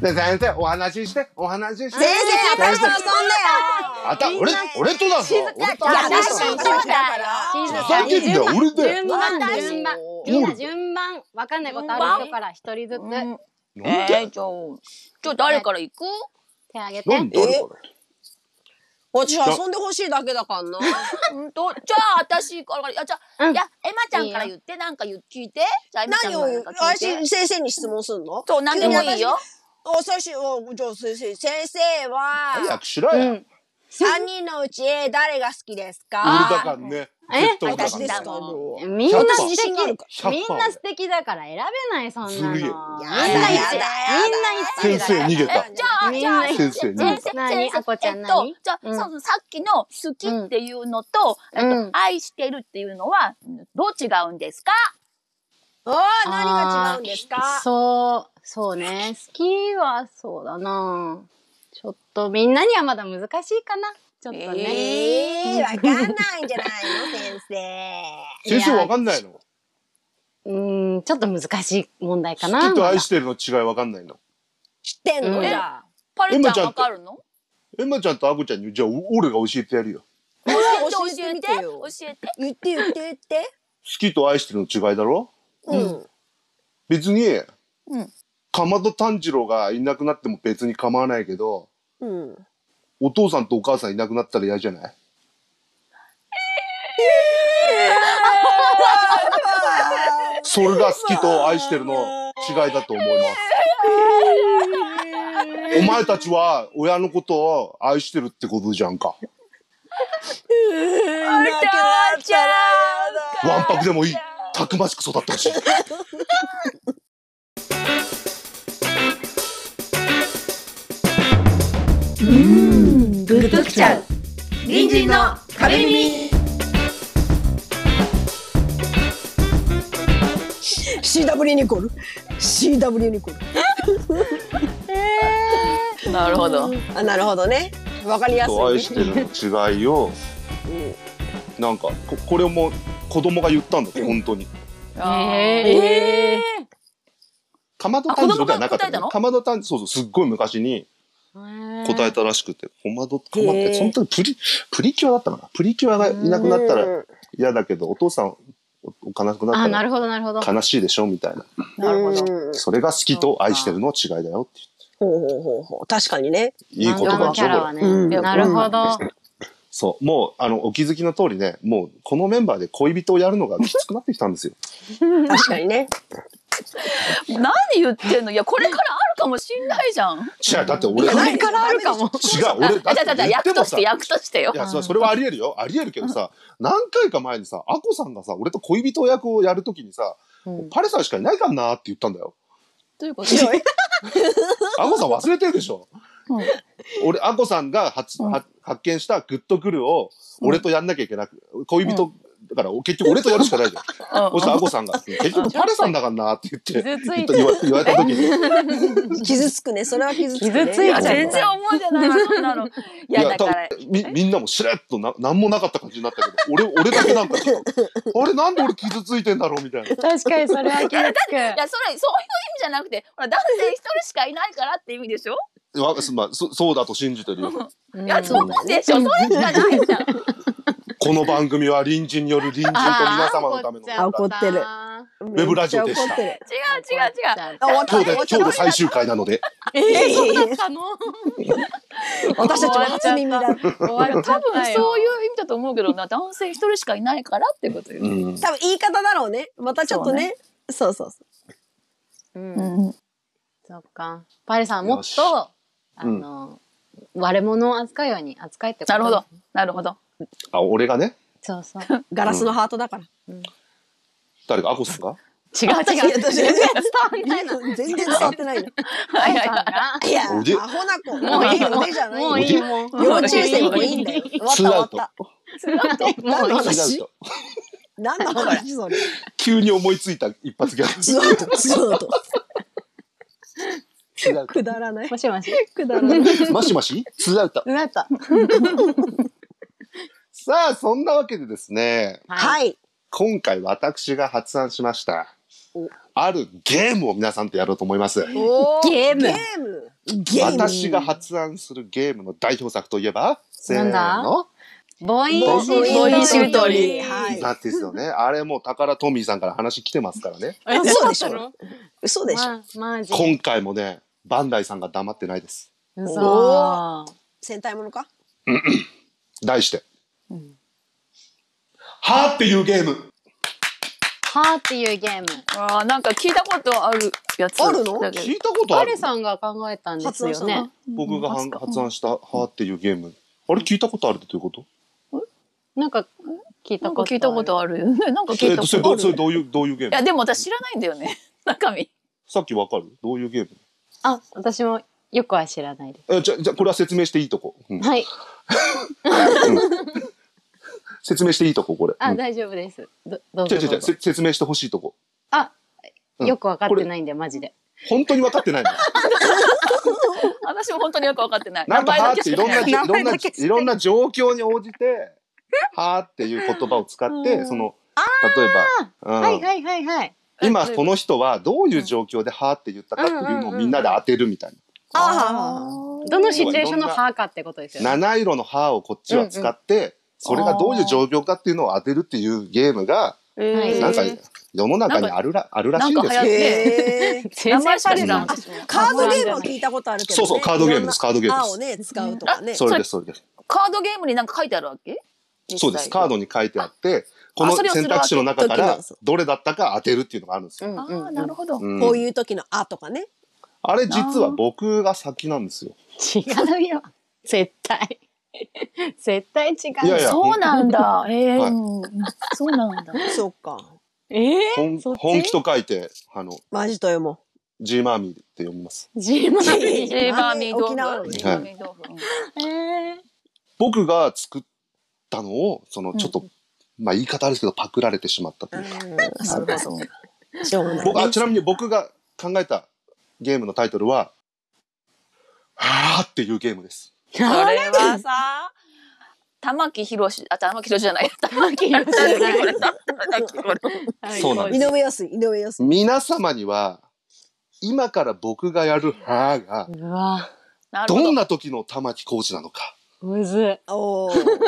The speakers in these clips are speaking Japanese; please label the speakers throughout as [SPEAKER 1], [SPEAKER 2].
[SPEAKER 1] で、先生、お話しして、お話しして。
[SPEAKER 2] 先生、私と遊んだよ
[SPEAKER 1] あた、俺、俺とだぞ。俺と
[SPEAKER 2] いや、
[SPEAKER 1] 遊んだぞ
[SPEAKER 2] 私とだ
[SPEAKER 3] 静
[SPEAKER 1] ふ
[SPEAKER 3] か
[SPEAKER 1] ざけん
[SPEAKER 3] に
[SPEAKER 1] なよ俺だよ
[SPEAKER 3] 順番だ順番みんな
[SPEAKER 1] 俺
[SPEAKER 3] 順番わかんないことある人から一人ずつ
[SPEAKER 2] うん
[SPEAKER 1] なん
[SPEAKER 2] え
[SPEAKER 1] で
[SPEAKER 2] ー、じゃあ、じゃあ誰から行く
[SPEAKER 3] 手あげて
[SPEAKER 1] なんであれこ
[SPEAKER 4] 私遊んでほしいだけだからな。
[SPEAKER 2] うんと、じゃあ私から、いや、じゃあ、
[SPEAKER 3] うん
[SPEAKER 2] いや、エマちゃんから言って、なんか言う聞いて。じゃあ、エマちゃん
[SPEAKER 4] 何
[SPEAKER 2] からな
[SPEAKER 4] を
[SPEAKER 2] んか、聞いて。
[SPEAKER 4] 私、先生に質問すんの
[SPEAKER 2] そう、なんでもいいよ。
[SPEAKER 4] お、最初、お、じゃあ先生、先生
[SPEAKER 1] れ早
[SPEAKER 4] は、
[SPEAKER 1] くしろよ。
[SPEAKER 3] う
[SPEAKER 1] 俺
[SPEAKER 3] ん
[SPEAKER 4] 三人のうち誰が好きですか
[SPEAKER 1] だからね。
[SPEAKER 3] え
[SPEAKER 1] 絶対俺だ
[SPEAKER 4] 私
[SPEAKER 1] からね
[SPEAKER 4] ですか
[SPEAKER 2] 私だ
[SPEAKER 4] もう
[SPEAKER 3] みんな
[SPEAKER 1] 100%
[SPEAKER 3] 素敵
[SPEAKER 4] 自信あるか
[SPEAKER 3] みんな素敵だから選べないそんなの
[SPEAKER 1] ずるい
[SPEAKER 3] みん
[SPEAKER 1] よ
[SPEAKER 3] な
[SPEAKER 1] やだ
[SPEAKER 3] 一
[SPEAKER 1] や
[SPEAKER 4] だや
[SPEAKER 3] みんな一
[SPEAKER 1] 先
[SPEAKER 3] 位だ
[SPEAKER 1] 生逃げ
[SPEAKER 2] え
[SPEAKER 1] た。
[SPEAKER 2] じゃあ、
[SPEAKER 3] みん
[SPEAKER 2] じゃあ
[SPEAKER 3] な、
[SPEAKER 2] 先
[SPEAKER 1] 先
[SPEAKER 2] 生、
[SPEAKER 1] 生
[SPEAKER 2] 先
[SPEAKER 1] 逃げ
[SPEAKER 2] 生
[SPEAKER 3] ん何あこちゃん
[SPEAKER 2] えっと
[SPEAKER 3] 何
[SPEAKER 2] じゃあ、
[SPEAKER 3] うん
[SPEAKER 2] そうさっきの好きっていうのと、
[SPEAKER 3] うん
[SPEAKER 2] えっ
[SPEAKER 3] うん
[SPEAKER 2] と、愛してるっていうのは、どう違うんですか
[SPEAKER 4] おー何が違うんですか
[SPEAKER 3] そうそうね好きはそうだなちょっとみんなにはまだ難しいかなちょっとね、
[SPEAKER 4] えー、わかんないんじゃないの先生。
[SPEAKER 1] 先生わかんないの
[SPEAKER 3] うんちょっと難しい問題か
[SPEAKER 1] 好
[SPEAKER 3] な
[SPEAKER 1] きと愛
[SPEAKER 3] まだ
[SPEAKER 1] してるの違いわかんないの。
[SPEAKER 4] 知ってんの、
[SPEAKER 3] うん
[SPEAKER 4] じゃあ。
[SPEAKER 2] パル
[SPEAKER 1] エ
[SPEAKER 2] ち
[SPEAKER 1] マ
[SPEAKER 2] ゃ
[SPEAKER 1] ちゃ
[SPEAKER 2] ん
[SPEAKER 1] ん
[SPEAKER 2] わかるの
[SPEAKER 1] エマちゃんとアコちゃんに、じゃあお俺が教えてやるよ。好
[SPEAKER 2] 教
[SPEAKER 4] 教
[SPEAKER 2] え
[SPEAKER 4] え
[SPEAKER 2] て、
[SPEAKER 4] て
[SPEAKER 2] 教え
[SPEAKER 4] みて、
[SPEAKER 2] て教
[SPEAKER 4] よ
[SPEAKER 2] えて。
[SPEAKER 4] 言って言って言って。
[SPEAKER 1] きと愛してるの違いだろ
[SPEAKER 4] うん。
[SPEAKER 1] 別に、
[SPEAKER 2] うん
[SPEAKER 1] かまど炭治郎がいなくなっても別に構わないけど、
[SPEAKER 4] うん。
[SPEAKER 1] お父さんとお母さんいなくなったら嫌じゃないそれが好きと愛してるの違いだと思います。お前たちは親のことを愛してるってことじゃんか。
[SPEAKER 2] あ
[SPEAKER 4] な
[SPEAKER 2] たちゃん
[SPEAKER 1] わんぱくでもいい。たくましく育ってほしい。
[SPEAKER 5] グッときちゃう隣人の壁耳
[SPEAKER 4] シーダブリニコル。シーダブリニコル。
[SPEAKER 2] なるほど。
[SPEAKER 4] あ、なるほどね。わかりやすい、ね。
[SPEAKER 1] 愛してるの違いを、なんかここれも子供が言ったんだって本当に。
[SPEAKER 3] え
[SPEAKER 1] かまど炭治郎ではなかった
[SPEAKER 2] あ子供が答えたの
[SPEAKER 1] よかまど炭治郎、そうそう、すっごい昔に
[SPEAKER 3] ー、
[SPEAKER 1] 答えたらしくて、かまど、かまって、その時プリ、プリキュアだったのかなプリキュアがいなくなったら
[SPEAKER 4] うん
[SPEAKER 1] 嫌だけど、お父さん、お悲しくな
[SPEAKER 3] あ
[SPEAKER 1] った
[SPEAKER 3] な
[SPEAKER 1] ら
[SPEAKER 3] るほどなるほど
[SPEAKER 1] 悲しいでしょみたいな。
[SPEAKER 2] なるほど。
[SPEAKER 4] うん
[SPEAKER 1] それが好きと愛してるの違いだよって
[SPEAKER 4] ほうほうほうほう。確かにね。
[SPEAKER 1] いう。いい言
[SPEAKER 3] 漫
[SPEAKER 1] 葉で
[SPEAKER 3] 画のキ
[SPEAKER 1] しょ
[SPEAKER 3] ャラ
[SPEAKER 1] こ
[SPEAKER 3] は
[SPEAKER 1] れ。
[SPEAKER 3] ね、
[SPEAKER 4] うん
[SPEAKER 3] なるほど、
[SPEAKER 1] そう。もう、あの、お気づきの通りね、もう、このメンバーで恋人をやるのがきつくなってきたんですよ。
[SPEAKER 4] 確かにね。
[SPEAKER 2] 何言ってんのいや、これからあるかもしんないじゃん。違う、
[SPEAKER 1] 違う、だって俺、違う、
[SPEAKER 4] れからあるかも。
[SPEAKER 1] 俺、だ って
[SPEAKER 2] 違う、違う、
[SPEAKER 1] 言って
[SPEAKER 2] 役
[SPEAKER 1] も
[SPEAKER 2] とし
[SPEAKER 1] さ、
[SPEAKER 2] て、
[SPEAKER 1] い
[SPEAKER 2] 役としてよ。
[SPEAKER 1] や、そそれはあり得るよ。あり得るけどさ、何回か前にさ、アコさんがさ、俺と恋人役をやるときにさ、
[SPEAKER 3] うん
[SPEAKER 1] パレさんしかいないからなって言ったんだよ。
[SPEAKER 2] どういうこと
[SPEAKER 1] アコさん忘れてるでしょ、
[SPEAKER 2] うん
[SPEAKER 1] 俺、アコさんが発
[SPEAKER 2] うん
[SPEAKER 1] 発発見したグッとくるを、俺とやんなきゃいけなく、恋人、だから結局俺とやるしかないじゃ ん。そしたらアコさんが、結局パレさんだからなって言って、
[SPEAKER 3] 傷つ
[SPEAKER 1] 言っ
[SPEAKER 3] い
[SPEAKER 1] てた
[SPEAKER 3] る
[SPEAKER 1] 言わ言われた時 に、
[SPEAKER 4] 傷つくね。それは傷つく、ね。
[SPEAKER 3] 傷ついちゃう
[SPEAKER 2] 全然覚えてないわ、そんなの。い
[SPEAKER 1] い
[SPEAKER 2] や、だ
[SPEAKER 1] 多
[SPEAKER 2] から、
[SPEAKER 1] 分みみんなもしれっとな何もなかった感じになったけど、俺、俺だけなんか、 あれなんで俺傷ついてんだろうみたいな。
[SPEAKER 3] 確かにそれは傷つく
[SPEAKER 2] いや、それ、そういう意味じゃなくて、ほら、男性一人しかいないからって意味でしょ
[SPEAKER 1] わすまあ、そそうだと信じてるよ。
[SPEAKER 3] うん
[SPEAKER 2] いや、そうでしょそれしかないじゃん。
[SPEAKER 1] この番組は隣人による隣人と皆様のための
[SPEAKER 4] あー怒っちゃう怒ってるウ
[SPEAKER 1] ェブラジオでした
[SPEAKER 2] 違う、違う、違う。
[SPEAKER 4] あ、終わった
[SPEAKER 1] 今日
[SPEAKER 4] ね
[SPEAKER 1] で。今日で最終回なので
[SPEAKER 4] え
[SPEAKER 3] そうだ
[SPEAKER 4] ー
[SPEAKER 3] ったの
[SPEAKER 4] 私たちも初耳だ。
[SPEAKER 3] 終わっちゃ
[SPEAKER 2] 多
[SPEAKER 3] った
[SPEAKER 2] 分
[SPEAKER 3] よ
[SPEAKER 2] そういう意味だと思うけどな、男性一人しかいないからってことよ。
[SPEAKER 1] うん
[SPEAKER 4] 多分言い方だろうね。またちょっとね。そうそうそう
[SPEAKER 3] うん
[SPEAKER 2] うん。
[SPEAKER 3] そっかパレさんはもっ
[SPEAKER 1] よし
[SPEAKER 3] とあの、割れ物を扱うように扱いってこと
[SPEAKER 2] なるほど、なるほど。
[SPEAKER 1] あ俺がね
[SPEAKER 3] そうそう
[SPEAKER 4] ガラスのハートだから。
[SPEAKER 1] 誰かアコさんが
[SPEAKER 3] 違う違う全然伝わんないな
[SPEAKER 4] 全然伝わってないの。
[SPEAKER 2] はいはい
[SPEAKER 3] パレさんが
[SPEAKER 4] いや、
[SPEAKER 1] おで
[SPEAKER 4] アホな子。
[SPEAKER 3] もういいよ
[SPEAKER 4] おでじゃない
[SPEAKER 3] もういいよもう
[SPEAKER 4] 幼稚園生もいいんだよ。終わった終わった。
[SPEAKER 3] もういい
[SPEAKER 1] 違
[SPEAKER 4] 私
[SPEAKER 1] うと
[SPEAKER 4] 何の話それ。
[SPEAKER 1] 急に思いついた一発ギャ
[SPEAKER 4] ツアート、ツアート。
[SPEAKER 1] グ違う
[SPEAKER 4] くだらない。
[SPEAKER 3] もしもし
[SPEAKER 4] くだらない。
[SPEAKER 1] とマシマシツーアウト
[SPEAKER 4] なった。
[SPEAKER 1] さあそんなわけでですね
[SPEAKER 4] はい。
[SPEAKER 1] 今回私が発案しましたあるゲームを皆さんとやろうと思います。
[SPEAKER 3] ゲーム
[SPEAKER 6] ゲームゲーム
[SPEAKER 1] 私が発案するゲームの代表作といえば、せー
[SPEAKER 3] なん
[SPEAKER 1] の。
[SPEAKER 3] ボイン
[SPEAKER 1] ボ
[SPEAKER 3] シュ
[SPEAKER 1] ボインシ
[SPEAKER 3] ー
[SPEAKER 1] ュ
[SPEAKER 3] ト
[SPEAKER 1] ート
[SPEAKER 3] リ
[SPEAKER 1] リ
[SPEAKER 3] ー。
[SPEAKER 6] はい
[SPEAKER 1] なんですよね。あれも宝トミーさんから話来てますからね。
[SPEAKER 6] え嘘でしょ嘘でしょ
[SPEAKER 3] まマジ。
[SPEAKER 1] 今回もね、バンダイさんが黙ってないです。
[SPEAKER 3] う
[SPEAKER 6] お戦隊ものか
[SPEAKER 1] 題して。はーっていうゲーム。
[SPEAKER 3] はーっていうゲーム。
[SPEAKER 2] あーなんか聞いたことあるやつ
[SPEAKER 6] あるの
[SPEAKER 2] だけど
[SPEAKER 1] 聞いたことあ
[SPEAKER 3] 彼
[SPEAKER 1] る
[SPEAKER 3] さんが考えたんですよね。
[SPEAKER 1] 僕がはん
[SPEAKER 2] うん
[SPEAKER 1] 発案したはーっていうゲーム。あれ聞いたことあるってどういうこと
[SPEAKER 3] なんか聞い
[SPEAKER 2] な
[SPEAKER 3] た
[SPEAKER 2] ん
[SPEAKER 3] ことあ
[SPEAKER 2] か
[SPEAKER 3] る。
[SPEAKER 2] 聞いたことあるよね。なんか聞
[SPEAKER 1] え
[SPEAKER 2] い
[SPEAKER 1] ったと
[SPEAKER 2] こ
[SPEAKER 1] それ
[SPEAKER 2] と
[SPEAKER 1] ど
[SPEAKER 2] あ
[SPEAKER 1] うそれ
[SPEAKER 2] る。
[SPEAKER 1] どういうどういうゲー
[SPEAKER 2] いや
[SPEAKER 1] ム
[SPEAKER 2] でも私知らないんだよね。中身。
[SPEAKER 1] さっきわかるどういうゲーム
[SPEAKER 3] あ、私もよくは知らないです。
[SPEAKER 1] えじゃじゃこれは説明していいとこ、 うん
[SPEAKER 3] はい。
[SPEAKER 1] 説明していいとここれ。
[SPEAKER 3] あ、
[SPEAKER 1] うん
[SPEAKER 3] 大丈夫です。どどう
[SPEAKER 1] 違
[SPEAKER 3] ぞ
[SPEAKER 1] う違う
[SPEAKER 3] ど
[SPEAKER 1] 違
[SPEAKER 3] う
[SPEAKER 1] う
[SPEAKER 3] ぞ。
[SPEAKER 1] せ説明してほしいとこ。
[SPEAKER 3] あ、
[SPEAKER 1] うん
[SPEAKER 3] よくわかってないんで、マジで。
[SPEAKER 1] 本当に分かってないの。
[SPEAKER 2] 私も本当によく分かってない。
[SPEAKER 1] なんか
[SPEAKER 2] 名
[SPEAKER 1] は
[SPEAKER 2] 前
[SPEAKER 1] ーって
[SPEAKER 2] だけ
[SPEAKER 1] いろんな
[SPEAKER 2] しか
[SPEAKER 1] いろ
[SPEAKER 6] 名
[SPEAKER 1] ん
[SPEAKER 6] 前
[SPEAKER 1] な
[SPEAKER 6] だけ知って
[SPEAKER 1] いろんな状況に応じてはーっていう言葉を使って、その例えば、うん
[SPEAKER 3] はいはいはいはい。
[SPEAKER 1] 今この人はどういう状況ではーって言ったかっていうのをみんなで当てるみたいな。
[SPEAKER 6] あ
[SPEAKER 3] どのシチュエーションのはーかってことですよね。
[SPEAKER 1] 七色の歯をこっちは使って、それがどういう状況かっていうのを当てるっていうゲームが、
[SPEAKER 3] へー
[SPEAKER 1] なんか
[SPEAKER 2] えー
[SPEAKER 1] 世の中にあるらあるらしいんです
[SPEAKER 2] な
[SPEAKER 6] あ
[SPEAKER 1] よ
[SPEAKER 2] んか。流行っ
[SPEAKER 6] へえ
[SPEAKER 3] 全
[SPEAKER 2] 名
[SPEAKER 3] 然
[SPEAKER 2] 前しか
[SPEAKER 3] 彼
[SPEAKER 2] 知
[SPEAKER 3] さ
[SPEAKER 2] ら
[SPEAKER 3] ん
[SPEAKER 2] ん。
[SPEAKER 6] カードゲームは聞いたことあるけど
[SPEAKER 1] そうそう
[SPEAKER 6] ね
[SPEAKER 1] カードゲームですカードゲームです
[SPEAKER 6] 青ね使うとかね
[SPEAKER 1] それですそれです。
[SPEAKER 2] カードゲームになんか書いてあるわけ？
[SPEAKER 1] そうですカー
[SPEAKER 2] ド。
[SPEAKER 1] ドに書いてあってこの
[SPEAKER 2] それをす
[SPEAKER 1] 選
[SPEAKER 2] るわけ
[SPEAKER 1] 択肢の中か
[SPEAKER 6] 時々
[SPEAKER 1] ら
[SPEAKER 6] のそう
[SPEAKER 1] どれだったか当てるっていうのがあるんですよ。
[SPEAKER 2] ああなるほど。
[SPEAKER 1] うん
[SPEAKER 6] こういう時のあとかね
[SPEAKER 1] あれ実は僕が先なんですよ。
[SPEAKER 3] 違うよ。絶対。絶対違う。
[SPEAKER 1] いやいや
[SPEAKER 2] そうなんだ。ええ
[SPEAKER 1] はい
[SPEAKER 2] そうなんだ。
[SPEAKER 6] そうか
[SPEAKER 3] ええ
[SPEAKER 1] 本
[SPEAKER 3] そっち
[SPEAKER 1] 本気と書いてあの
[SPEAKER 6] マジとよも
[SPEAKER 1] G マーミーって読みます。
[SPEAKER 3] 自慢。
[SPEAKER 2] ジェーバーミー豆
[SPEAKER 6] 沖縄の
[SPEAKER 2] 腐。
[SPEAKER 6] ね
[SPEAKER 2] ジェーバーミー豆腐。うん
[SPEAKER 3] え
[SPEAKER 1] 僕が作ったのをそのちょっと、まあ言い方あるんですけどパクられてしまったと
[SPEAKER 6] う
[SPEAKER 1] いうか。
[SPEAKER 6] ん
[SPEAKER 2] なるほど。
[SPEAKER 6] しょうがない
[SPEAKER 1] 僕あちなみに僕が考えたゲームのタイトルは「はあ」っていうゲームです。
[SPEAKER 2] これは
[SPEAKER 6] さ
[SPEAKER 2] 玉木宏あ玉木宏じゃない。
[SPEAKER 3] 玉木宏じゃ ない
[SPEAKER 2] 玉木宏だ玉木宏
[SPEAKER 3] え
[SPEAKER 1] そうなん
[SPEAKER 6] 井
[SPEAKER 1] です
[SPEAKER 6] 上康井上康
[SPEAKER 1] 皆様には今から僕がやる「はあ」が
[SPEAKER 3] うわ、
[SPEAKER 2] なるほど。
[SPEAKER 1] どん
[SPEAKER 2] い
[SPEAKER 1] な時の玉置浩二なのか
[SPEAKER 3] むず
[SPEAKER 6] おお
[SPEAKER 2] や面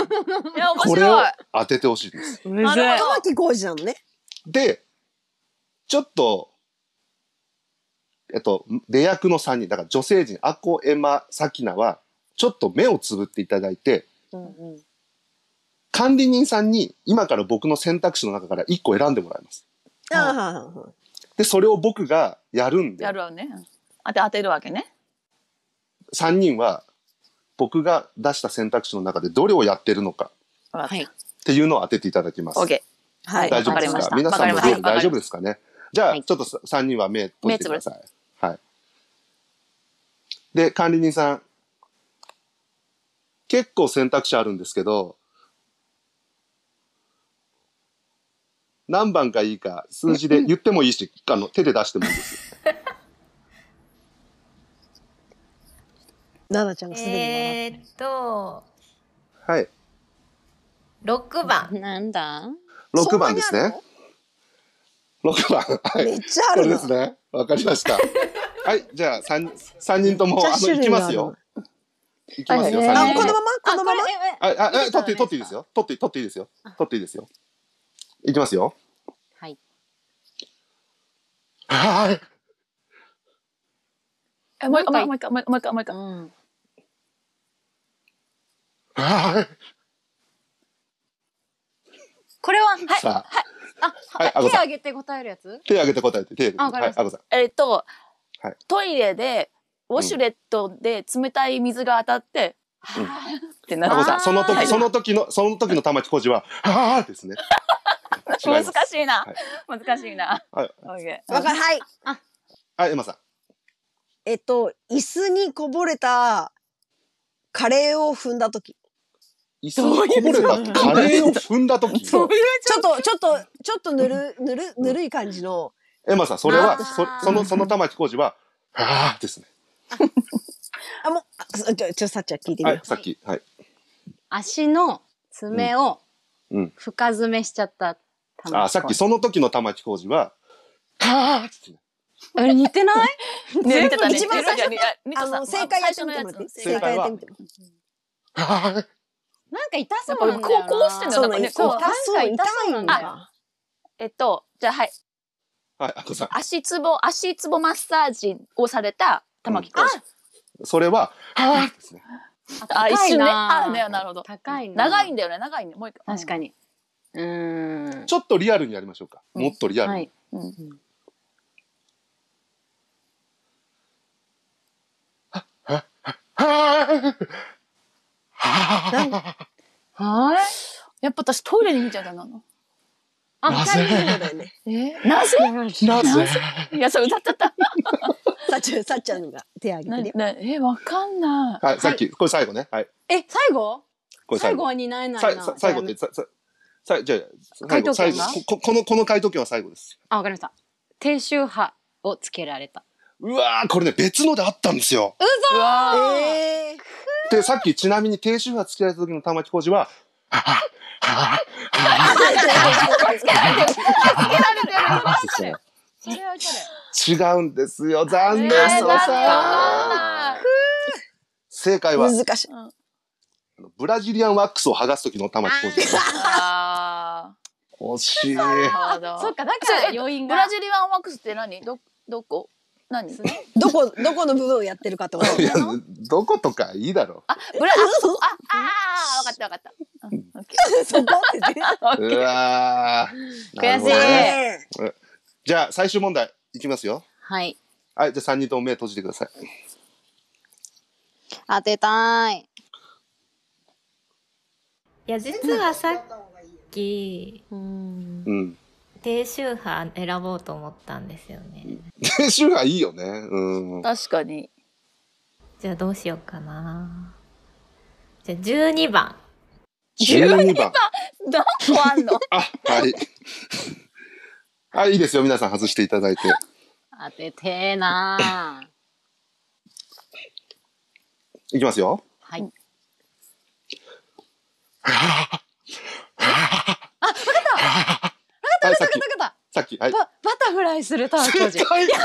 [SPEAKER 1] これを
[SPEAKER 2] 白い。
[SPEAKER 1] 当ててほしいです。
[SPEAKER 3] い。む
[SPEAKER 2] なるほど
[SPEAKER 6] 玉木浩二なのね
[SPEAKER 1] でちょっとえっと出役の3人だから女性陣アコエマサキナはちょっと目をつぶっていただいて管理人さんに今から僕の選択肢の中から1個選んでもらいます。
[SPEAKER 6] ああ
[SPEAKER 1] でそれを僕がやるんで
[SPEAKER 2] やるわね。当て当てるわけね。
[SPEAKER 1] 3人は僕が出した選択肢の中でどれをやってるのか
[SPEAKER 2] はい。
[SPEAKER 1] っていうのを当てていただきます。
[SPEAKER 2] オッケ
[SPEAKER 6] はい
[SPEAKER 1] 大丈夫
[SPEAKER 2] わか
[SPEAKER 1] で
[SPEAKER 2] り
[SPEAKER 1] す
[SPEAKER 2] まし
[SPEAKER 1] か
[SPEAKER 2] た
[SPEAKER 1] 皆さんの
[SPEAKER 2] わかり
[SPEAKER 1] ゲーム
[SPEAKER 2] ました
[SPEAKER 1] 大丈夫ですかねじゃあ、
[SPEAKER 2] はい
[SPEAKER 1] ちょっと3人は目閉じてください。はい。で、管理人さん。結構選択肢あるんですけど、何番がいいか数字で言ってもいいし、あの手で出してもいいです。
[SPEAKER 6] 奈々ちゃんがすでに笑っ
[SPEAKER 7] えー、っと、
[SPEAKER 1] はい。
[SPEAKER 7] 6番。
[SPEAKER 3] なんだ
[SPEAKER 1] 6番ですね。6番。は
[SPEAKER 6] て
[SPEAKER 1] い
[SPEAKER 6] めっ。ちゃあ
[SPEAKER 1] これ
[SPEAKER 6] るな
[SPEAKER 1] ですね。わかりま した。はい、じゃあ三三人とも
[SPEAKER 6] めっ
[SPEAKER 1] あ
[SPEAKER 6] ち
[SPEAKER 1] の
[SPEAKER 6] ゃ種
[SPEAKER 1] 行き
[SPEAKER 6] 類があ
[SPEAKER 1] ま
[SPEAKER 6] る
[SPEAKER 1] すよ。行きますよ。
[SPEAKER 3] あ
[SPEAKER 1] 三
[SPEAKER 6] あ
[SPEAKER 1] 人
[SPEAKER 6] こ
[SPEAKER 1] と
[SPEAKER 6] の
[SPEAKER 1] も。
[SPEAKER 6] ままこのまま
[SPEAKER 1] あ、あ、あ、取って取っていいですよ。取って取っていいですよ。取っていいですよ。行きますよ。
[SPEAKER 3] はい。
[SPEAKER 1] はい。
[SPEAKER 2] ー。えもう一回もう一回もう一回もう一回。
[SPEAKER 3] うん。
[SPEAKER 1] はい。
[SPEAKER 3] これは、はい。
[SPEAKER 1] さあ、
[SPEAKER 3] あ、
[SPEAKER 1] はいあごめんなさい
[SPEAKER 3] 手挙げて答えるやつ
[SPEAKER 1] 手挙げて答えて。手
[SPEAKER 3] あ
[SPEAKER 1] 挙げ
[SPEAKER 3] わか
[SPEAKER 1] て。は
[SPEAKER 3] りま
[SPEAKER 1] い
[SPEAKER 3] し、た
[SPEAKER 1] あこさん。
[SPEAKER 2] えっと
[SPEAKER 1] はい
[SPEAKER 2] トイレでウォシュレットで冷たい水が当たって。
[SPEAKER 1] うん
[SPEAKER 2] はーって
[SPEAKER 1] あ
[SPEAKER 2] な
[SPEAKER 1] こ
[SPEAKER 2] る
[SPEAKER 1] さん、その時その時のその時の玉置浩二ははあです ね。違いま
[SPEAKER 2] 難
[SPEAKER 1] す
[SPEAKER 2] しいな
[SPEAKER 1] は、
[SPEAKER 2] 難しいな。
[SPEAKER 1] はい。
[SPEAKER 2] オッケー
[SPEAKER 6] わかるはい
[SPEAKER 1] はい、エマさん。
[SPEAKER 6] えっと椅子にこぼれたカレーを踏んだ時
[SPEAKER 1] 椅子にこぼれたカレーを踏んだ時。
[SPEAKER 6] ちょっとちょっとちょっとぬるぬるぬるい感じの
[SPEAKER 1] エマさん、それは
[SPEAKER 6] あー
[SPEAKER 1] そそのその玉置浩二ははあですね。
[SPEAKER 6] あもうあそちょちょさっちゃん聞いてみ
[SPEAKER 1] は
[SPEAKER 6] よ
[SPEAKER 1] い、さっきはい。
[SPEAKER 3] 足の爪を
[SPEAKER 1] うんうん
[SPEAKER 3] 深爪しちゃった。
[SPEAKER 1] あ、さっきその時の玉置浩二は、はぁっつってね。
[SPEAKER 3] あれ似てない
[SPEAKER 2] ね、見てたね。
[SPEAKER 6] 一番最初
[SPEAKER 2] に、あミ
[SPEAKER 6] あ
[SPEAKER 2] トさん
[SPEAKER 6] の、正解やってみてもらって。
[SPEAKER 2] 最初の
[SPEAKER 6] 正
[SPEAKER 2] や
[SPEAKER 6] 解やってみてもら
[SPEAKER 1] は
[SPEAKER 6] って。
[SPEAKER 1] ぁ
[SPEAKER 3] なんか痛そうなんだよな。
[SPEAKER 2] こうこうしてんだ
[SPEAKER 6] そ
[SPEAKER 2] よな
[SPEAKER 6] うなんん
[SPEAKER 2] かね
[SPEAKER 6] で
[SPEAKER 2] こう
[SPEAKER 6] そう、痛そう、痛いんだよ。
[SPEAKER 2] つえっと、じゃあはい。
[SPEAKER 1] はい、あこさん。
[SPEAKER 2] 足つぼ、足つぼマッサージをされた玉木浩二。
[SPEAKER 1] それは、はぁですね。
[SPEAKER 2] あ、一
[SPEAKER 3] 高い
[SPEAKER 2] 瞬ね。
[SPEAKER 3] な
[SPEAKER 2] あ、ね、なるほど。
[SPEAKER 3] 高いな。
[SPEAKER 2] 長いんだよね、長いね。もう一回。
[SPEAKER 3] 確かに。うーん。
[SPEAKER 1] ちょっとリアルにやりましょうか。もっとリアルに。
[SPEAKER 3] はい。
[SPEAKER 2] うん。
[SPEAKER 1] はぁはぁ
[SPEAKER 3] はい。
[SPEAKER 2] やっぱ私トイレに見ちゃダメなの。
[SPEAKER 3] あ、
[SPEAKER 1] なぜ
[SPEAKER 3] 二人
[SPEAKER 6] そうだ よね。
[SPEAKER 2] えなぜ
[SPEAKER 1] なぜ
[SPEAKER 2] いや、それ歌っちゃった。
[SPEAKER 6] さっちゃん、さっちゃんが手挙
[SPEAKER 2] な
[SPEAKER 6] げて
[SPEAKER 2] な
[SPEAKER 6] ね。
[SPEAKER 2] え、わかんない。
[SPEAKER 1] はい、さっき、これ最後ね。はい。
[SPEAKER 3] え、最後
[SPEAKER 1] これ
[SPEAKER 3] 最
[SPEAKER 1] 最
[SPEAKER 3] 後
[SPEAKER 1] 後。
[SPEAKER 3] は担えな
[SPEAKER 1] さ
[SPEAKER 3] いな。
[SPEAKER 1] さ最後って、さ、さ、さじゃあ、最
[SPEAKER 3] 回答
[SPEAKER 1] 後、最
[SPEAKER 3] 権
[SPEAKER 1] 後
[SPEAKER 3] が。
[SPEAKER 1] こここの、この回答権は最後です。
[SPEAKER 3] あ、わかりました。低周波をつけられた。
[SPEAKER 1] うわー、これね、別のであったんですよ。
[SPEAKER 2] うわー
[SPEAKER 6] え
[SPEAKER 1] で、さっきちなみに低周波つけられた時の玉置浩二は、はぁはぁはぁはぁってね
[SPEAKER 2] それはわかる。
[SPEAKER 1] 違うんですよ。残念、
[SPEAKER 2] えー
[SPEAKER 1] そう
[SPEAKER 2] 残念
[SPEAKER 1] さ。正解は、
[SPEAKER 6] ー、難しい。
[SPEAKER 1] あのブラジリアンワックスを剥がす時の玉置浩二。
[SPEAKER 2] あ
[SPEAKER 1] 惜しい。
[SPEAKER 2] あ、なるほ
[SPEAKER 3] そっ
[SPEAKER 2] ど。
[SPEAKER 3] か、だから
[SPEAKER 2] え
[SPEAKER 3] 余韻
[SPEAKER 2] ブ
[SPEAKER 3] が
[SPEAKER 2] ラ。ジリアンワックスって何ど、どこ何あ、ブラ、
[SPEAKER 6] どこ、どこの部分をやってるかってこと。
[SPEAKER 1] いやどことかいいだろ
[SPEAKER 2] あ、そうあ、あー、わかったわかった。うんオッケ
[SPEAKER 6] そこってね。
[SPEAKER 2] ー
[SPEAKER 1] う。うわー。
[SPEAKER 3] 悔しい
[SPEAKER 1] なるほどねじゃあ、最終問題いきますよ。
[SPEAKER 3] はい。
[SPEAKER 1] はい、じゃあ3人とも目閉じてください。
[SPEAKER 3] 当てたい。
[SPEAKER 7] いや実はさっき
[SPEAKER 1] うん。
[SPEAKER 7] 低周波選ぼうと思ったんですよね
[SPEAKER 1] 低周波いいよね。うん。
[SPEAKER 2] 確かに。
[SPEAKER 7] じゃあどうしようかなじゃあ12番
[SPEAKER 1] 12番。
[SPEAKER 2] 何個あんの
[SPEAKER 1] あ、はい。あ、いいですよ。皆さん外していただいて。
[SPEAKER 3] 当ててーなー。
[SPEAKER 1] いきますよ。
[SPEAKER 3] はい。
[SPEAKER 1] はい、さっき、
[SPEAKER 3] 分かっ
[SPEAKER 1] さっき、はい
[SPEAKER 3] た。。ババタフライするタワー工
[SPEAKER 1] 正
[SPEAKER 3] 事。
[SPEAKER 1] 解
[SPEAKER 2] でし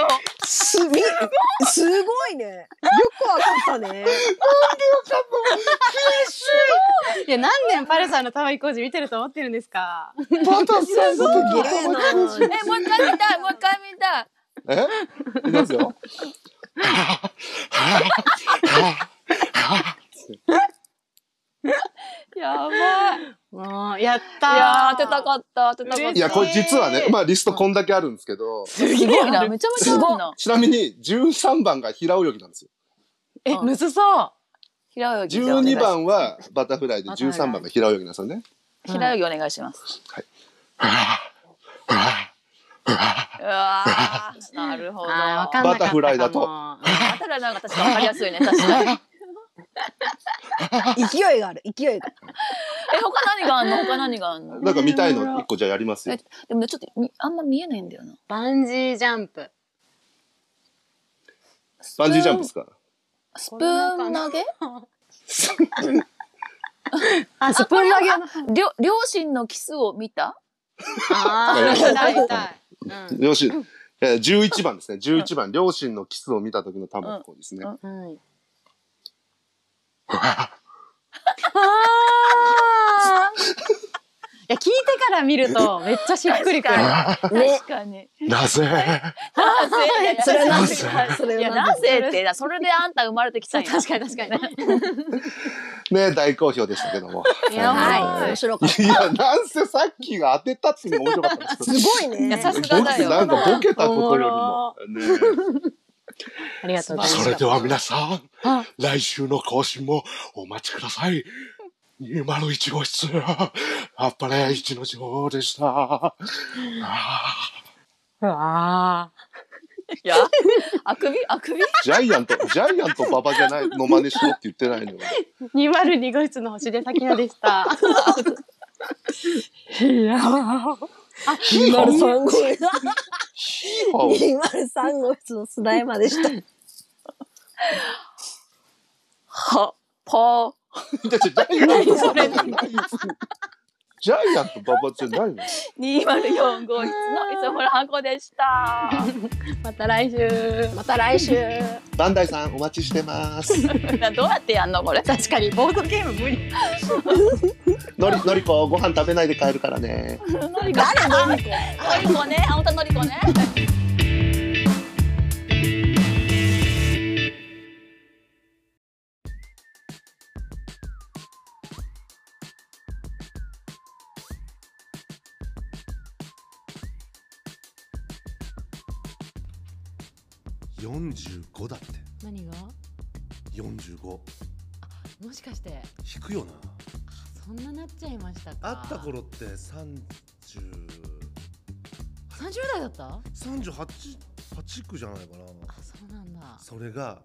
[SPEAKER 2] ょ
[SPEAKER 6] す、み、すごいね。よくわかったね。
[SPEAKER 3] いや、何年パルさんのタワー工事見てると思ってるんですか。
[SPEAKER 1] バタフライの時の玉置浩
[SPEAKER 2] え、もう一回見たい、もう一回見たい。
[SPEAKER 1] 二えいきますよ。
[SPEAKER 2] やばい。い
[SPEAKER 3] もう、やったー。
[SPEAKER 2] やー、当てたかった、当てたかっ
[SPEAKER 1] い
[SPEAKER 2] た。
[SPEAKER 1] や、これ実はね、まあリストこんだけあるんですけど、
[SPEAKER 2] すごいな、めちゃめちゃあるな。
[SPEAKER 1] ちなみに13番が平泳ぎなんですよ。
[SPEAKER 3] え、むずそう。
[SPEAKER 2] 平泳ぎじゃあお願い
[SPEAKER 1] 12
[SPEAKER 2] します。
[SPEAKER 1] 番はバタフライで13番が平泳ぎなんですよね。
[SPEAKER 2] 平泳ぎお願いします。うわー、なるほど。
[SPEAKER 3] あー、わかんなかったかも。
[SPEAKER 1] バタフライだと
[SPEAKER 2] あたらなんか確かわかりやすいね、確かに。え、
[SPEAKER 6] 勢いがある、勢いが。
[SPEAKER 2] 他何があんの他何があんの
[SPEAKER 1] なんか見たいの一個じゃあやりますよ。
[SPEAKER 2] でもね、ちょっとみあんま見えないんだよな。
[SPEAKER 3] バンジージャンプ。
[SPEAKER 1] バンジージャンプですか
[SPEAKER 2] スプーン 投げ
[SPEAKER 3] あ、ス
[SPEAKER 2] プ
[SPEAKER 3] プ
[SPEAKER 2] ー
[SPEAKER 3] ー
[SPEAKER 2] ン
[SPEAKER 3] ン投
[SPEAKER 2] 投げ
[SPEAKER 3] げ
[SPEAKER 2] 両両親のキスを見た
[SPEAKER 3] あー、
[SPEAKER 1] 痛い
[SPEAKER 3] 痛い
[SPEAKER 1] 痛
[SPEAKER 3] 痛い。
[SPEAKER 1] 両親、えー、11番ですね。11番、両親のキスを見た時の玉置浩二ですね。
[SPEAKER 3] うん。うん。
[SPEAKER 2] あ
[SPEAKER 3] いや、聞いてから見ると、めっちゃしっくりくる。
[SPEAKER 2] 確かに。
[SPEAKER 1] なぜ
[SPEAKER 2] なぜいやいや
[SPEAKER 6] それはな
[SPEAKER 2] 確
[SPEAKER 6] ぜ
[SPEAKER 2] かに
[SPEAKER 6] それはい
[SPEAKER 2] や、なぜって、それであんた生まれてきたんや。
[SPEAKER 3] 確かに確かに。
[SPEAKER 1] ね大好評でしたけども。
[SPEAKER 3] いや
[SPEAKER 1] は
[SPEAKER 6] はいい、面白かっ
[SPEAKER 1] いや、なんせさっきが当てたっていうのが面白かったんです
[SPEAKER 6] た。すご
[SPEAKER 2] い
[SPEAKER 6] い
[SPEAKER 2] や
[SPEAKER 6] ね。
[SPEAKER 2] さす
[SPEAKER 1] け
[SPEAKER 2] が
[SPEAKER 1] ど。
[SPEAKER 2] だよ。
[SPEAKER 1] なんかボケたことよりも。ね
[SPEAKER 3] ありがとうございま
[SPEAKER 1] そ
[SPEAKER 3] す。
[SPEAKER 1] れでは皆さん、来週の更新もお待ちください。201号室、あっぱれ一の女王でした。ああ
[SPEAKER 3] うわ
[SPEAKER 2] いや、あくびあくび
[SPEAKER 1] ジャイアント、ジャイアント馬場じゃないの真似しろって言ってないのよ。
[SPEAKER 3] ー。202号室の星出咲菜で した。いやー。
[SPEAKER 1] ヒーハー、
[SPEAKER 6] 203号室。
[SPEAKER 1] ヒーハー。
[SPEAKER 6] 203号室の須田山でした。
[SPEAKER 2] は、ぽー。
[SPEAKER 1] ジャイアント馬場じゃない。ジャイアント馬場じゃないの
[SPEAKER 2] 2045室の磯村箱でした。
[SPEAKER 3] また来週。また来週。
[SPEAKER 1] バンダイさんお待ちしてます。
[SPEAKER 2] どうやってやんのこれ。
[SPEAKER 3] 確かにボードゲーム無理。
[SPEAKER 1] のりのりこご飯食べないで帰るからね。
[SPEAKER 2] のりこ のりこね、あんたのりこね。
[SPEAKER 8] 45だって
[SPEAKER 9] 何が
[SPEAKER 8] 45
[SPEAKER 9] もしかして
[SPEAKER 8] 引くよな
[SPEAKER 9] そんななっちゃいました
[SPEAKER 8] 会
[SPEAKER 9] か
[SPEAKER 8] った頃って30
[SPEAKER 9] 30代だったあ
[SPEAKER 8] 38 8区じゃないかな
[SPEAKER 9] そうなんだ
[SPEAKER 8] それが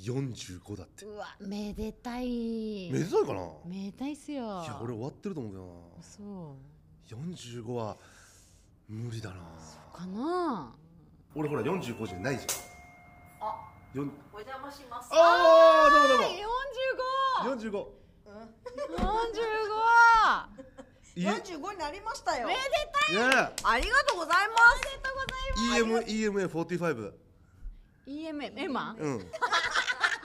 [SPEAKER 8] 45だって
[SPEAKER 9] うわめでたい
[SPEAKER 8] めでたいかな
[SPEAKER 9] めでたいっすよ
[SPEAKER 8] いや俺終わってると思うけど
[SPEAKER 9] そ
[SPEAKER 8] な45は無理だな
[SPEAKER 9] うかな
[SPEAKER 8] 俺ほら45じゃないじゃんあ
[SPEAKER 7] お邪魔します
[SPEAKER 8] あーどうもど
[SPEAKER 9] 45
[SPEAKER 8] うも45
[SPEAKER 9] 45
[SPEAKER 8] いね
[SPEAKER 6] 45になりましたよ。
[SPEAKER 8] え
[SPEAKER 6] ありがとうございま
[SPEAKER 8] EM EMA45
[SPEAKER 9] EMA エマ
[SPEAKER 8] うん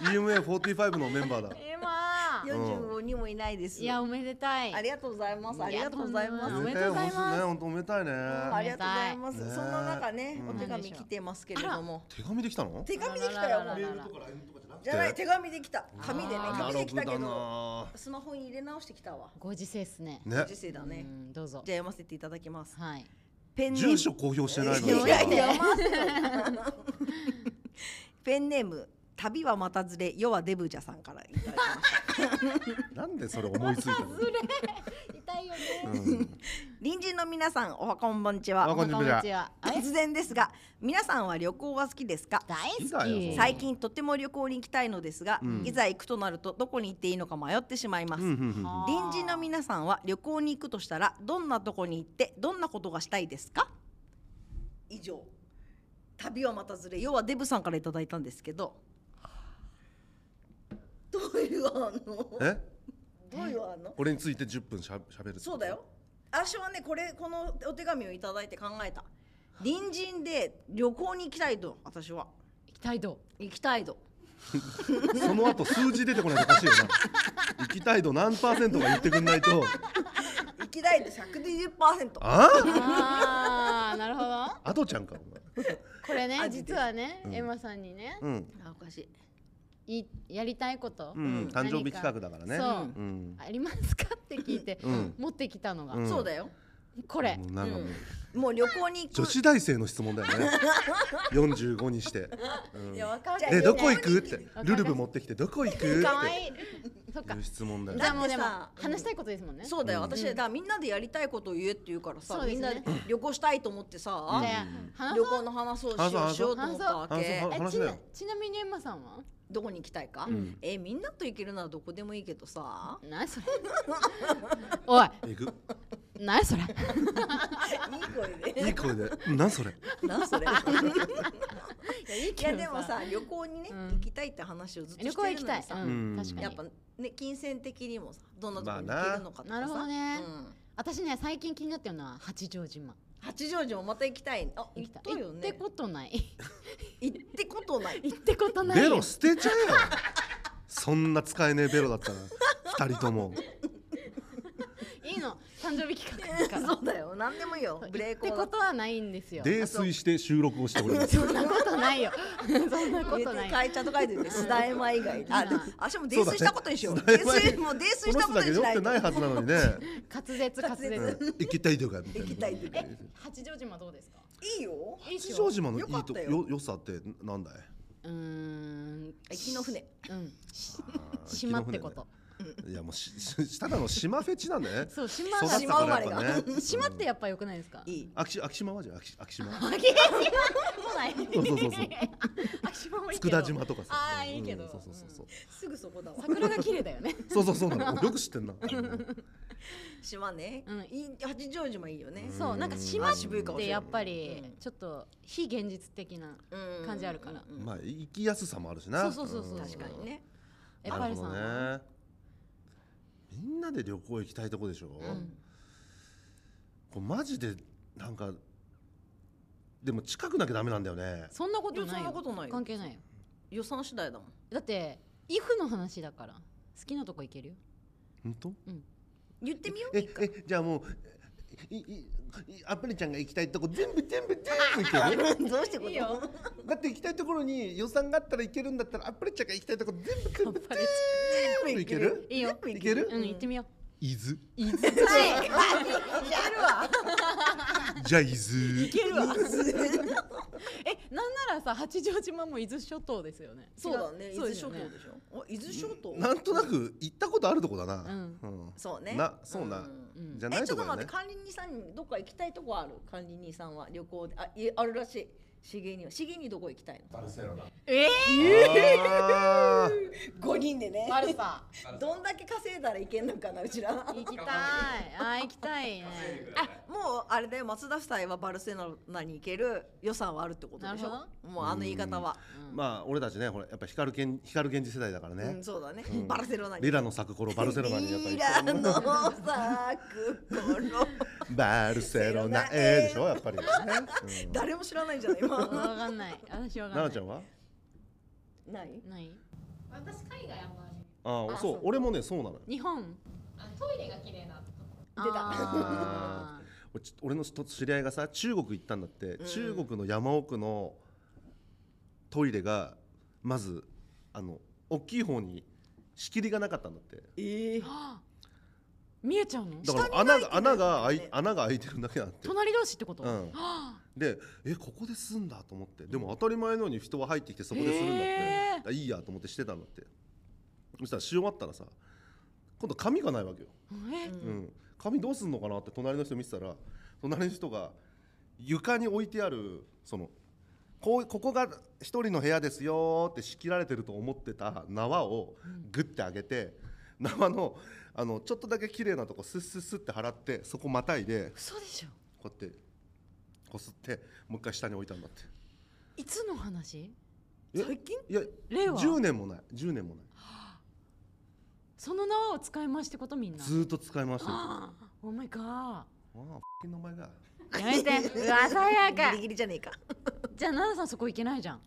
[SPEAKER 8] EMA45 のメンバーだ
[SPEAKER 9] エマ
[SPEAKER 6] す。45にもいないです。
[SPEAKER 9] いやおめでたい
[SPEAKER 6] ありがとうございます。ありがとうございま
[SPEAKER 9] い
[SPEAKER 6] す
[SPEAKER 9] や。おめでとうございます
[SPEAKER 8] ね本当おめでたいね。
[SPEAKER 6] ありがとうございます。
[SPEAKER 8] ねえ
[SPEAKER 6] そんな中ね、
[SPEAKER 8] うん
[SPEAKER 6] お手紙来てますけれども。
[SPEAKER 8] 手紙できたの？
[SPEAKER 6] 手紙できたよ。
[SPEAKER 9] あらららららら
[SPEAKER 6] じゃない、手紙できた。紙でね、
[SPEAKER 9] あー
[SPEAKER 6] 紙できたけ
[SPEAKER 8] なる
[SPEAKER 6] ど、
[SPEAKER 8] ほ
[SPEAKER 6] スマホに入れ直してきたわ。
[SPEAKER 9] ご時世っすね
[SPEAKER 8] どだな。
[SPEAKER 6] 時
[SPEAKER 8] ね。
[SPEAKER 6] 世だね
[SPEAKER 9] う。んどうぞ
[SPEAKER 6] じゃあ読ませていただきます。
[SPEAKER 9] はい
[SPEAKER 6] ペンネーム。
[SPEAKER 8] 住所公表してないの
[SPEAKER 6] いやい
[SPEAKER 8] に。
[SPEAKER 6] や読ませろペンネーム、旅はまたずれ、世はデブジャさんからいただき ました。
[SPEAKER 8] なんでそれ思いついたの？
[SPEAKER 9] 痛いよね
[SPEAKER 8] うん
[SPEAKER 6] 隣人の皆さん、おはこんばんちは
[SPEAKER 8] あ。こんにちは。
[SPEAKER 9] は
[SPEAKER 6] 突然ですが、皆さんは旅行は好きですか
[SPEAKER 9] 大
[SPEAKER 8] いいだよそ
[SPEAKER 9] 好
[SPEAKER 8] ん
[SPEAKER 9] き
[SPEAKER 8] な
[SPEAKER 6] 最近とても旅行に行きたいのですが、
[SPEAKER 8] うん
[SPEAKER 6] いざ行くとなるとどこに行っていいのか迷ってしまいます、
[SPEAKER 8] うんうんうん
[SPEAKER 9] は
[SPEAKER 6] 隣人の皆さんは旅行に行くとしたらどんなとこに行ってどんなことがしたいですか以上旅はまたずれ要はデブさんからいただいたんですけどどういうあのど
[SPEAKER 8] え？
[SPEAKER 6] ういうあの
[SPEAKER 8] 俺について10分しゃべる。
[SPEAKER 6] そうだ。よ私はねこれこのお手紙をいただいて考えた隣人で旅行に行きたいと私は
[SPEAKER 9] 行きたいど
[SPEAKER 6] 行きたいと
[SPEAKER 8] その後数字出てこないとおかしいよな。行きたい度何パーセントが言ってくんないと。
[SPEAKER 6] 行きたいと120%
[SPEAKER 8] あ？
[SPEAKER 9] あーなるほど
[SPEAKER 8] アドちゃんかお
[SPEAKER 9] これね
[SPEAKER 6] 味です
[SPEAKER 9] 実はね、
[SPEAKER 8] うん
[SPEAKER 9] エマさんにね
[SPEAKER 8] 前。うん
[SPEAKER 6] あおかしい
[SPEAKER 9] いやりたいこと、
[SPEAKER 8] うん誕生日企画だからね。
[SPEAKER 9] そう、
[SPEAKER 8] うん。
[SPEAKER 9] ありますかって聞いて、
[SPEAKER 8] うん
[SPEAKER 9] 持ってきたのが、
[SPEAKER 8] うん
[SPEAKER 6] そうだよ。
[SPEAKER 9] これ
[SPEAKER 8] もうなんかもう
[SPEAKER 6] もう旅行に行
[SPEAKER 8] 女
[SPEAKER 6] く。
[SPEAKER 8] 子大生の質問だよね。45にして。うん
[SPEAKER 6] いやわかんない
[SPEAKER 8] えどこ行
[SPEAKER 6] だ
[SPEAKER 8] くってルルブ持ってきてどこ行く って
[SPEAKER 9] かわいいそっか
[SPEAKER 8] いう質問だよ
[SPEAKER 9] じゃあもうでも
[SPEAKER 6] だってさ
[SPEAKER 9] 話したいことですもんね、
[SPEAKER 6] って
[SPEAKER 9] じ
[SPEAKER 6] そうだよ。
[SPEAKER 8] うん
[SPEAKER 6] 私だからみんなでやりたいことを言えって言うからさ、
[SPEAKER 9] そうで
[SPEAKER 6] み
[SPEAKER 9] す
[SPEAKER 6] んな
[SPEAKER 9] ね
[SPEAKER 6] 旅行したいと思ってさ、
[SPEAKER 9] ゃあ話
[SPEAKER 6] 旅
[SPEAKER 9] そう
[SPEAKER 6] 行の話をし
[SPEAKER 8] 話そ
[SPEAKER 6] よ
[SPEAKER 8] う
[SPEAKER 6] うしようと思ったわけ
[SPEAKER 8] 話。そう
[SPEAKER 9] え
[SPEAKER 8] 話
[SPEAKER 9] ち
[SPEAKER 8] だ
[SPEAKER 9] な
[SPEAKER 8] よ
[SPEAKER 9] ちなみにエマさんは
[SPEAKER 6] どこに行きたいか。
[SPEAKER 8] ん
[SPEAKER 6] えみんなと行けるならどこでもいいけどさ、
[SPEAKER 9] 何それ おい
[SPEAKER 8] 行く
[SPEAKER 9] 何それ
[SPEAKER 6] いい声
[SPEAKER 8] い
[SPEAKER 6] で。
[SPEAKER 8] い声で何それ
[SPEAKER 6] なん それ。
[SPEAKER 9] いい
[SPEAKER 6] いやでもさ旅行にね
[SPEAKER 9] うん
[SPEAKER 6] 行きたいって話をずっと
[SPEAKER 9] 旅
[SPEAKER 6] し
[SPEAKER 9] 行
[SPEAKER 6] て
[SPEAKER 9] 行
[SPEAKER 6] る
[SPEAKER 9] き
[SPEAKER 6] の
[SPEAKER 9] たい、う
[SPEAKER 6] にさ、
[SPEAKER 9] ん
[SPEAKER 8] うん
[SPEAKER 9] 確かに
[SPEAKER 6] やっぱね金銭的にもさ、どんなとこに行けるのかとかさ。
[SPEAKER 9] まあななるほどね
[SPEAKER 6] うん
[SPEAKER 9] 私ね最近気になってるのは八丈島
[SPEAKER 6] 八丈島また行きたい。あ
[SPEAKER 9] 行
[SPEAKER 6] 行
[SPEAKER 9] き
[SPEAKER 6] ったたよ
[SPEAKER 9] 行って
[SPEAKER 6] ね。
[SPEAKER 9] ことない
[SPEAKER 6] 行ってことない。
[SPEAKER 9] 行ってことない
[SPEAKER 8] ベロ
[SPEAKER 9] よ
[SPEAKER 8] 捨てちゃえよそんな使えねえベロだったら二人とも
[SPEAKER 9] いいの誕生日企画だから
[SPEAKER 6] そうだよ。なんでもいいよ。ブレイ
[SPEAKER 9] っ
[SPEAKER 6] ク
[SPEAKER 9] て
[SPEAKER 6] を
[SPEAKER 9] ことはないんですよ。
[SPEAKER 8] 泥酔して収録をしております
[SPEAKER 9] そんなことないよ。そんなことない。
[SPEAKER 6] 会社と書いてて、須田山以外。あ、でも、あしも泥酔したことにしよう。
[SPEAKER 8] そうだ
[SPEAKER 6] 泥
[SPEAKER 8] ね
[SPEAKER 6] 酔、もう泥酔
[SPEAKER 8] こ
[SPEAKER 6] し
[SPEAKER 8] の人
[SPEAKER 6] たこと
[SPEAKER 8] だ
[SPEAKER 6] に
[SPEAKER 8] け
[SPEAKER 6] し
[SPEAKER 8] 酔っ
[SPEAKER 6] ない
[SPEAKER 8] て
[SPEAKER 6] と。
[SPEAKER 8] ないはずなのにね、
[SPEAKER 9] 滑舌滑
[SPEAKER 8] うん
[SPEAKER 9] 舌。
[SPEAKER 8] 行きたいとかみたいな
[SPEAKER 6] 行きたいとか
[SPEAKER 8] え
[SPEAKER 9] 八丈島どうですか。
[SPEAKER 6] いいよ。
[SPEAKER 9] いいっす
[SPEAKER 8] 八
[SPEAKER 9] よ
[SPEAKER 8] 丈島のい
[SPEAKER 6] よか
[SPEAKER 8] い
[SPEAKER 6] っ
[SPEAKER 8] と
[SPEAKER 6] たよ
[SPEAKER 8] よ良さってなんだいう
[SPEAKER 9] ーん。
[SPEAKER 6] 行きの船。
[SPEAKER 9] うん。
[SPEAKER 8] あー
[SPEAKER 9] 島ってこと。
[SPEAKER 8] いやもうしししただの島フェチなんだね
[SPEAKER 9] そう 島
[SPEAKER 8] 育
[SPEAKER 9] が
[SPEAKER 8] ったから
[SPEAKER 6] 島生ま
[SPEAKER 8] やっぱね
[SPEAKER 9] 島ってやっぱ良くないですか。
[SPEAKER 6] いい。
[SPEAKER 8] あき昭島はじゃあ昭昭 島
[SPEAKER 9] 来ない。
[SPEAKER 8] そうそうそうそう
[SPEAKER 9] あ島もいいけど。
[SPEAKER 8] 佃島とかさ
[SPEAKER 9] ああいいけど
[SPEAKER 8] うんそうそうそうそう
[SPEAKER 6] すぐそこだわ。
[SPEAKER 9] 桜が綺麗だ よね。
[SPEAKER 8] そうそうそうなのよく知ってんな
[SPEAKER 6] 島ね
[SPEAKER 9] うん。
[SPEAKER 6] いい、八丈島いいよね。
[SPEAKER 9] そうなんか島
[SPEAKER 6] あ
[SPEAKER 9] っ
[SPEAKER 6] 渋いかもしてれ
[SPEAKER 9] や
[SPEAKER 6] ない
[SPEAKER 9] っぱり
[SPEAKER 6] うん
[SPEAKER 9] ちょっと非現実的な
[SPEAKER 6] うん
[SPEAKER 9] 感じあるから。
[SPEAKER 6] うん
[SPEAKER 8] まあ行きやすさもあるしな
[SPEAKER 9] そうそうそうそうん
[SPEAKER 6] 確かにね。
[SPEAKER 9] えパルさんは。
[SPEAKER 8] なるほどねみんなで旅行行きたいとこでしょ、
[SPEAKER 9] うん
[SPEAKER 8] これマジでなんかでも近くなきゃダメなんだよね
[SPEAKER 9] そんなこと
[SPEAKER 6] そ
[SPEAKER 9] ない
[SPEAKER 6] んな
[SPEAKER 9] よ
[SPEAKER 6] ことないよ
[SPEAKER 9] 関係ないよ
[SPEAKER 6] 予算次第だもん
[SPEAKER 9] だってイフの話だから好きなとこ行けるよ
[SPEAKER 8] 本当
[SPEAKER 6] 言ってみよう
[SPEAKER 8] ええじゃあもういいいアップルちゃんが行きたいとこ全部全部全部行け る
[SPEAKER 6] どうしてこ
[SPEAKER 9] いいよ
[SPEAKER 8] だって行きたいところに予算があったら行けるんだったらアップルちゃんが行きたいとこ全部全部全部行ける
[SPEAKER 9] いいよ
[SPEAKER 8] 行ける
[SPEAKER 9] うん行ってみよう
[SPEAKER 8] 伊豆
[SPEAKER 6] やるわ
[SPEAKER 8] じゃあ伊豆
[SPEAKER 9] 行けるわえなんならさ八丈島も伊豆諸島ですよね
[SPEAKER 6] そうだね伊
[SPEAKER 9] そう
[SPEAKER 6] 豆
[SPEAKER 9] です
[SPEAKER 6] 諸
[SPEAKER 9] よ
[SPEAKER 6] 島
[SPEAKER 9] ね
[SPEAKER 6] でしょお伊豆諸島
[SPEAKER 8] なんとなく行ったことあるとこだな、
[SPEAKER 9] うん
[SPEAKER 8] うん
[SPEAKER 6] そうね
[SPEAKER 8] なそうな
[SPEAKER 9] うん
[SPEAKER 8] じゃな
[SPEAKER 6] え
[SPEAKER 8] い
[SPEAKER 6] ちょ
[SPEAKER 8] と
[SPEAKER 6] っ
[SPEAKER 8] ことだ
[SPEAKER 6] 待
[SPEAKER 8] ね
[SPEAKER 6] って管理人さんにどっか行きたいとこある管理人さんは旅行であいあるらしい茂には茂にどこ行きたいの
[SPEAKER 8] バルセロナ
[SPEAKER 9] え
[SPEAKER 8] あー
[SPEAKER 6] 五人でね
[SPEAKER 9] ー、バルサ
[SPEAKER 6] どんだけ稼いだらいけんのかなうちらあ
[SPEAKER 9] 行きたいあー行きた いね
[SPEAKER 6] もうあれだよ松田夫妻はバルセロナに行ける予算はあるってことでし
[SPEAKER 9] なる
[SPEAKER 6] ょもうあの言い方は
[SPEAKER 8] まあ俺たちねほらやっぱ光源光源氏世代だから
[SPEAKER 6] う
[SPEAKER 8] ね、
[SPEAKER 6] んそうだねバルセロナに
[SPEAKER 8] リラの咲く 頃バルセロナにやっぱり
[SPEAKER 6] リラの咲く頃
[SPEAKER 8] バルセロナえーでしょやっ ぱり、ね うん
[SPEAKER 6] 誰も知らないんじゃない
[SPEAKER 9] わ
[SPEAKER 6] 今
[SPEAKER 9] かんない私わかんな
[SPEAKER 8] 奈々
[SPEAKER 9] い
[SPEAKER 8] ちゃんは
[SPEAKER 6] ない
[SPEAKER 9] ない
[SPEAKER 7] 私海外あんまり
[SPEAKER 8] ああそう俺もねそうなのよ
[SPEAKER 9] 日本
[SPEAKER 7] あトイレが綺麗な
[SPEAKER 9] 出
[SPEAKER 6] た
[SPEAKER 9] あ
[SPEAKER 8] 俺ち俺の一つ知り合いがさ中国行ったんだって、中国の山奥のトイレがまずあの大きい方に仕切りがなかったんだって
[SPEAKER 6] ええ
[SPEAKER 9] ーはあ見えちゃうの
[SPEAKER 8] だから穴が穴が開い穴が開いてるだけなんだって
[SPEAKER 9] 隣同士ってこと、
[SPEAKER 8] うんでえここで住んだと思ってでも当たり前のように人は入ってきてそこでするんだって、
[SPEAKER 9] へー
[SPEAKER 8] だからいいやと思ってしてたんだってそしたらし終わったらさ今度紙がないわけよ、
[SPEAKER 9] え
[SPEAKER 8] うん紙どうすんのかなって隣の人見てたら隣の人が床に置いてあるそのこうここが一人の部屋ですよーって仕切られてると思ってた縄をグッて上げて、縄のあのちょっとだけ綺麗なとこスッスッスッって払ってそこまたいで
[SPEAKER 9] 嘘でしょ
[SPEAKER 8] こうやってこすってもう一回下に置いたんだって
[SPEAKER 9] いつの話
[SPEAKER 8] え
[SPEAKER 6] 最近
[SPEAKER 8] いや
[SPEAKER 9] 令和
[SPEAKER 8] 10年もない10年もない
[SPEAKER 9] その縄を使いましてことみんな
[SPEAKER 8] ずーっと使い回してるあ
[SPEAKER 9] あーお前か
[SPEAKER 8] あ f***ing 名前が
[SPEAKER 9] やめてうわ鮮や
[SPEAKER 6] ギ
[SPEAKER 9] か
[SPEAKER 6] リギリじゃねえか
[SPEAKER 9] じゃあ奈々さんそこ行けないじゃん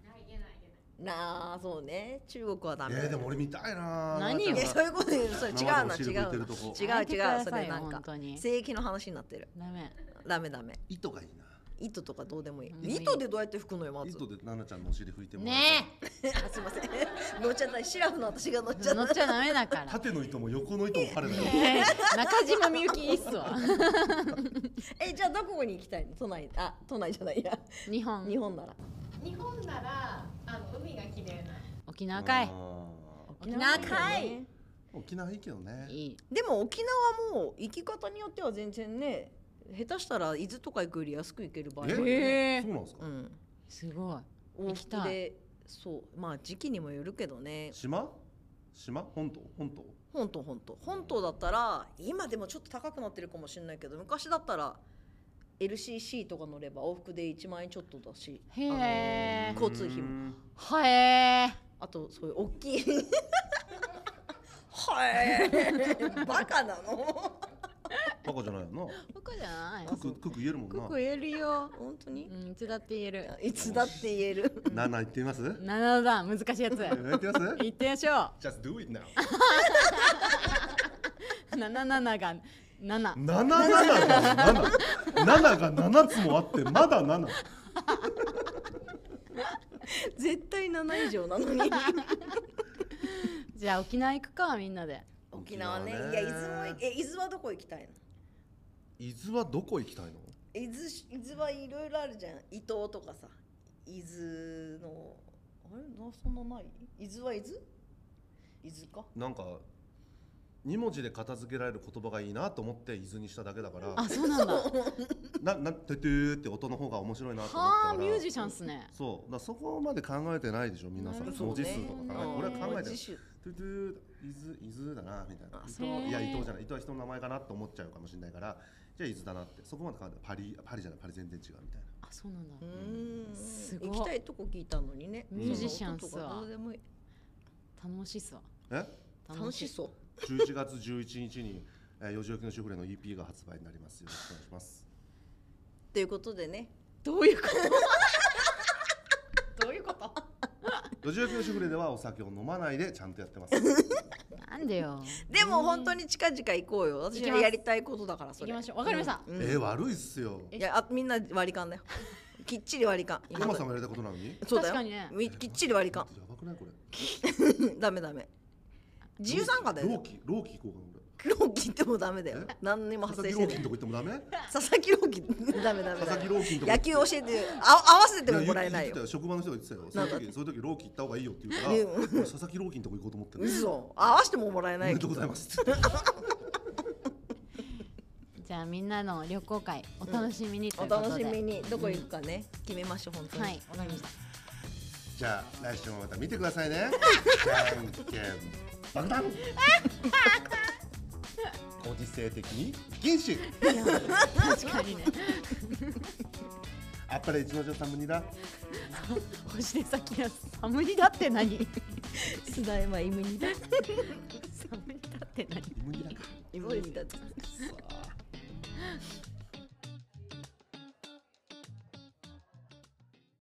[SPEAKER 6] なあそうね中国はダメ
[SPEAKER 8] えー、でも俺見たいなー
[SPEAKER 9] 何よ
[SPEAKER 6] いやそういうことでそれ違う
[SPEAKER 8] 生で
[SPEAKER 6] な
[SPEAKER 8] お
[SPEAKER 6] 違
[SPEAKER 8] 汁拭
[SPEAKER 6] うない
[SPEAKER 8] てるとこ
[SPEAKER 6] 違
[SPEAKER 9] やめて
[SPEAKER 6] う
[SPEAKER 9] く
[SPEAKER 6] 違
[SPEAKER 9] だ
[SPEAKER 6] うそ
[SPEAKER 9] さい
[SPEAKER 6] れなん
[SPEAKER 9] 本
[SPEAKER 6] か
[SPEAKER 9] 当に
[SPEAKER 6] 正規の話になってる
[SPEAKER 9] ダメ
[SPEAKER 6] ダメダメ
[SPEAKER 8] 糸がいいな
[SPEAKER 6] 糸とかどうでもいい、
[SPEAKER 9] うん
[SPEAKER 6] 糸でどうやって拭くのよまず
[SPEAKER 8] 糸で奈々ちゃんのお尻拭いてもら
[SPEAKER 9] ね
[SPEAKER 8] え
[SPEAKER 6] あすいません乗っちゃったシラフの私が乗っちゃ
[SPEAKER 9] え乗
[SPEAKER 6] っ
[SPEAKER 9] ったちゃダメだ から
[SPEAKER 8] 縦の糸も横の糸も彼だよ
[SPEAKER 9] えー中島みゆきいいっすわ
[SPEAKER 6] えじゃあどこに行きたいの都内あ都内じゃないや
[SPEAKER 9] 日本
[SPEAKER 6] 日本なら
[SPEAKER 7] 日本ならあの海が綺麗な
[SPEAKER 9] 沖縄かい沖縄かい
[SPEAKER 8] 沖縄いいけどね
[SPEAKER 9] いい
[SPEAKER 6] でも沖縄も行き方によっては全然ね下手したら伊豆とか行くより安く行ける場合もあるね
[SPEAKER 9] へえ
[SPEAKER 8] そうなんですか
[SPEAKER 6] うん
[SPEAKER 9] すごい
[SPEAKER 6] 往
[SPEAKER 9] 行きたい
[SPEAKER 6] 復でそうまあ時期にもよるけどね
[SPEAKER 8] 島島本島本島
[SPEAKER 6] 本島本島本島だったら今でもちょっと高くなってるかもしれないけど昔だったら LCC とか乗れば往復で1万円ちょっとだし
[SPEAKER 9] へえ
[SPEAKER 6] 交通費も
[SPEAKER 8] も
[SPEAKER 9] はえ
[SPEAKER 6] あとそういう大き いはいバカなの
[SPEAKER 8] バカじゃない よな
[SPEAKER 9] 僕じゃない
[SPEAKER 8] クッククック言えるも
[SPEAKER 9] クック
[SPEAKER 8] ん
[SPEAKER 9] 言えるよ
[SPEAKER 6] 本当に
[SPEAKER 9] うんいつだって言える
[SPEAKER 6] いつだって言える
[SPEAKER 8] な奈々言ってみます
[SPEAKER 9] 7段難しいやつ
[SPEAKER 8] 言ってみます
[SPEAKER 9] 言ってみましょ
[SPEAKER 8] Just do it now
[SPEAKER 9] う77が7
[SPEAKER 8] 七七が七七が七つもあってまだ七。
[SPEAKER 6] 絶対7以上なのに
[SPEAKER 9] じゃあ沖縄行くかみんなで
[SPEAKER 6] 沖縄ね
[SPEAKER 8] 沖縄ね
[SPEAKER 6] いや伊豆もいえ伊豆はどこ行きたいの
[SPEAKER 8] 伊豆はどこ行きたいの？
[SPEAKER 6] 伊豆し伊豆はいろいろあるじゃん伊東とかさ伊豆のあれなそんなない伊豆は伊豆伊豆か
[SPEAKER 8] なんか二文字で片付けられる言葉がいいなと思って伊豆にしただけだから、
[SPEAKER 9] あそうなんだ
[SPEAKER 8] ななててーって音の方が面白いなと思ったから。
[SPEAKER 9] はあミュージシャンっすね
[SPEAKER 8] そう、だからそこまで考えてないでしょ皆さん。
[SPEAKER 9] なる
[SPEAKER 8] 文字数とか考えて、俺は考えて
[SPEAKER 6] 自
[SPEAKER 8] る。
[SPEAKER 6] 主
[SPEAKER 8] ててー伊豆伊豆だなみたいな
[SPEAKER 6] あ。そう
[SPEAKER 8] いや伊藤じゃない伊藤は人の名前かなと思っちゃうかもしれないから、じゃあ伊豆だなってそこまで考えてパリパリじゃないパリ全然違うみたいな。
[SPEAKER 9] あそうなんだ
[SPEAKER 6] うーん
[SPEAKER 9] すごい
[SPEAKER 6] 行きたいとこ聞いたのにね
[SPEAKER 9] ミュージシャンっす
[SPEAKER 6] そ
[SPEAKER 9] わ
[SPEAKER 6] んな音とかどうでもいい
[SPEAKER 9] 楽しいっすわ
[SPEAKER 8] え？
[SPEAKER 6] 楽しそう
[SPEAKER 8] 11月11日に、えー、四時起きのシュフレの EP が発売になりますよろしくお願いします
[SPEAKER 6] ということでね
[SPEAKER 9] どういうことどういうこと
[SPEAKER 8] 四十九主婦ではお酒を飲まないでちゃんとやってます。
[SPEAKER 9] なんでよ
[SPEAKER 6] でも本当に近々行こうよ私
[SPEAKER 9] 行き
[SPEAKER 6] が
[SPEAKER 9] ます
[SPEAKER 6] やりたいことだからそ
[SPEAKER 9] 行
[SPEAKER 6] れ
[SPEAKER 9] きましょうわかりました、
[SPEAKER 6] う ん
[SPEAKER 8] えー、悪いっすよ。
[SPEAKER 6] いやあみんな割り 勘だよきっちり割り勘
[SPEAKER 8] 山さんがやりたいことなのに。
[SPEAKER 6] そうだ
[SPEAKER 9] 確
[SPEAKER 6] よ
[SPEAKER 9] かにね
[SPEAKER 6] みきっちり割り勘
[SPEAKER 8] やばくないこれ。
[SPEAKER 6] ダメダメ自由参加だ
[SPEAKER 8] ロー
[SPEAKER 6] よ
[SPEAKER 8] キローキ行こうか
[SPEAKER 6] ローキンってもダメだよ
[SPEAKER 8] え
[SPEAKER 6] 何にも
[SPEAKER 8] な俺。佐々
[SPEAKER 6] 発生
[SPEAKER 8] 木ローキ
[SPEAKER 6] して
[SPEAKER 8] のとこ
[SPEAKER 6] ない
[SPEAKER 8] 行ってもダ メ？
[SPEAKER 6] 佐々木ローキン ダメダメ
[SPEAKER 8] 佐
[SPEAKER 6] ダ
[SPEAKER 8] 々木
[SPEAKER 6] メ
[SPEAKER 8] ローキのとこ。
[SPEAKER 6] 野球教えてあ合わせてももらえない
[SPEAKER 8] や言
[SPEAKER 6] よ
[SPEAKER 8] ってた職場の人が言ってたよ。そ
[SPEAKER 6] な
[SPEAKER 8] の
[SPEAKER 6] んか
[SPEAKER 8] 時そういう時ローキ行った方がいいよって言うから。
[SPEAKER 6] 言う
[SPEAKER 8] 俺佐々木ローキのとこ行こうと思ってる。
[SPEAKER 6] 嘘合わせてももらえ
[SPEAKER 8] お
[SPEAKER 6] な
[SPEAKER 8] め
[SPEAKER 6] い
[SPEAKER 8] でとうございますって。
[SPEAKER 9] じゃあみんなの旅行会お楽しみにとい
[SPEAKER 6] お
[SPEAKER 9] うことで、
[SPEAKER 6] 楽しみにどこ行くかね決めましょう本当に
[SPEAKER 9] はいわかりました
[SPEAKER 8] じゃあ来週もまた見てくださいね。じゃんけん爆弾。ご時世的に禁止。
[SPEAKER 9] 確かにね
[SPEAKER 8] あっぱれ一の城さんもにだ。
[SPEAKER 9] 星出先や寒いだって何
[SPEAKER 6] 須田山イムニだ
[SPEAKER 9] 寒いだって何
[SPEAKER 8] 無理だか
[SPEAKER 6] イムニだって
[SPEAKER 8] らさ。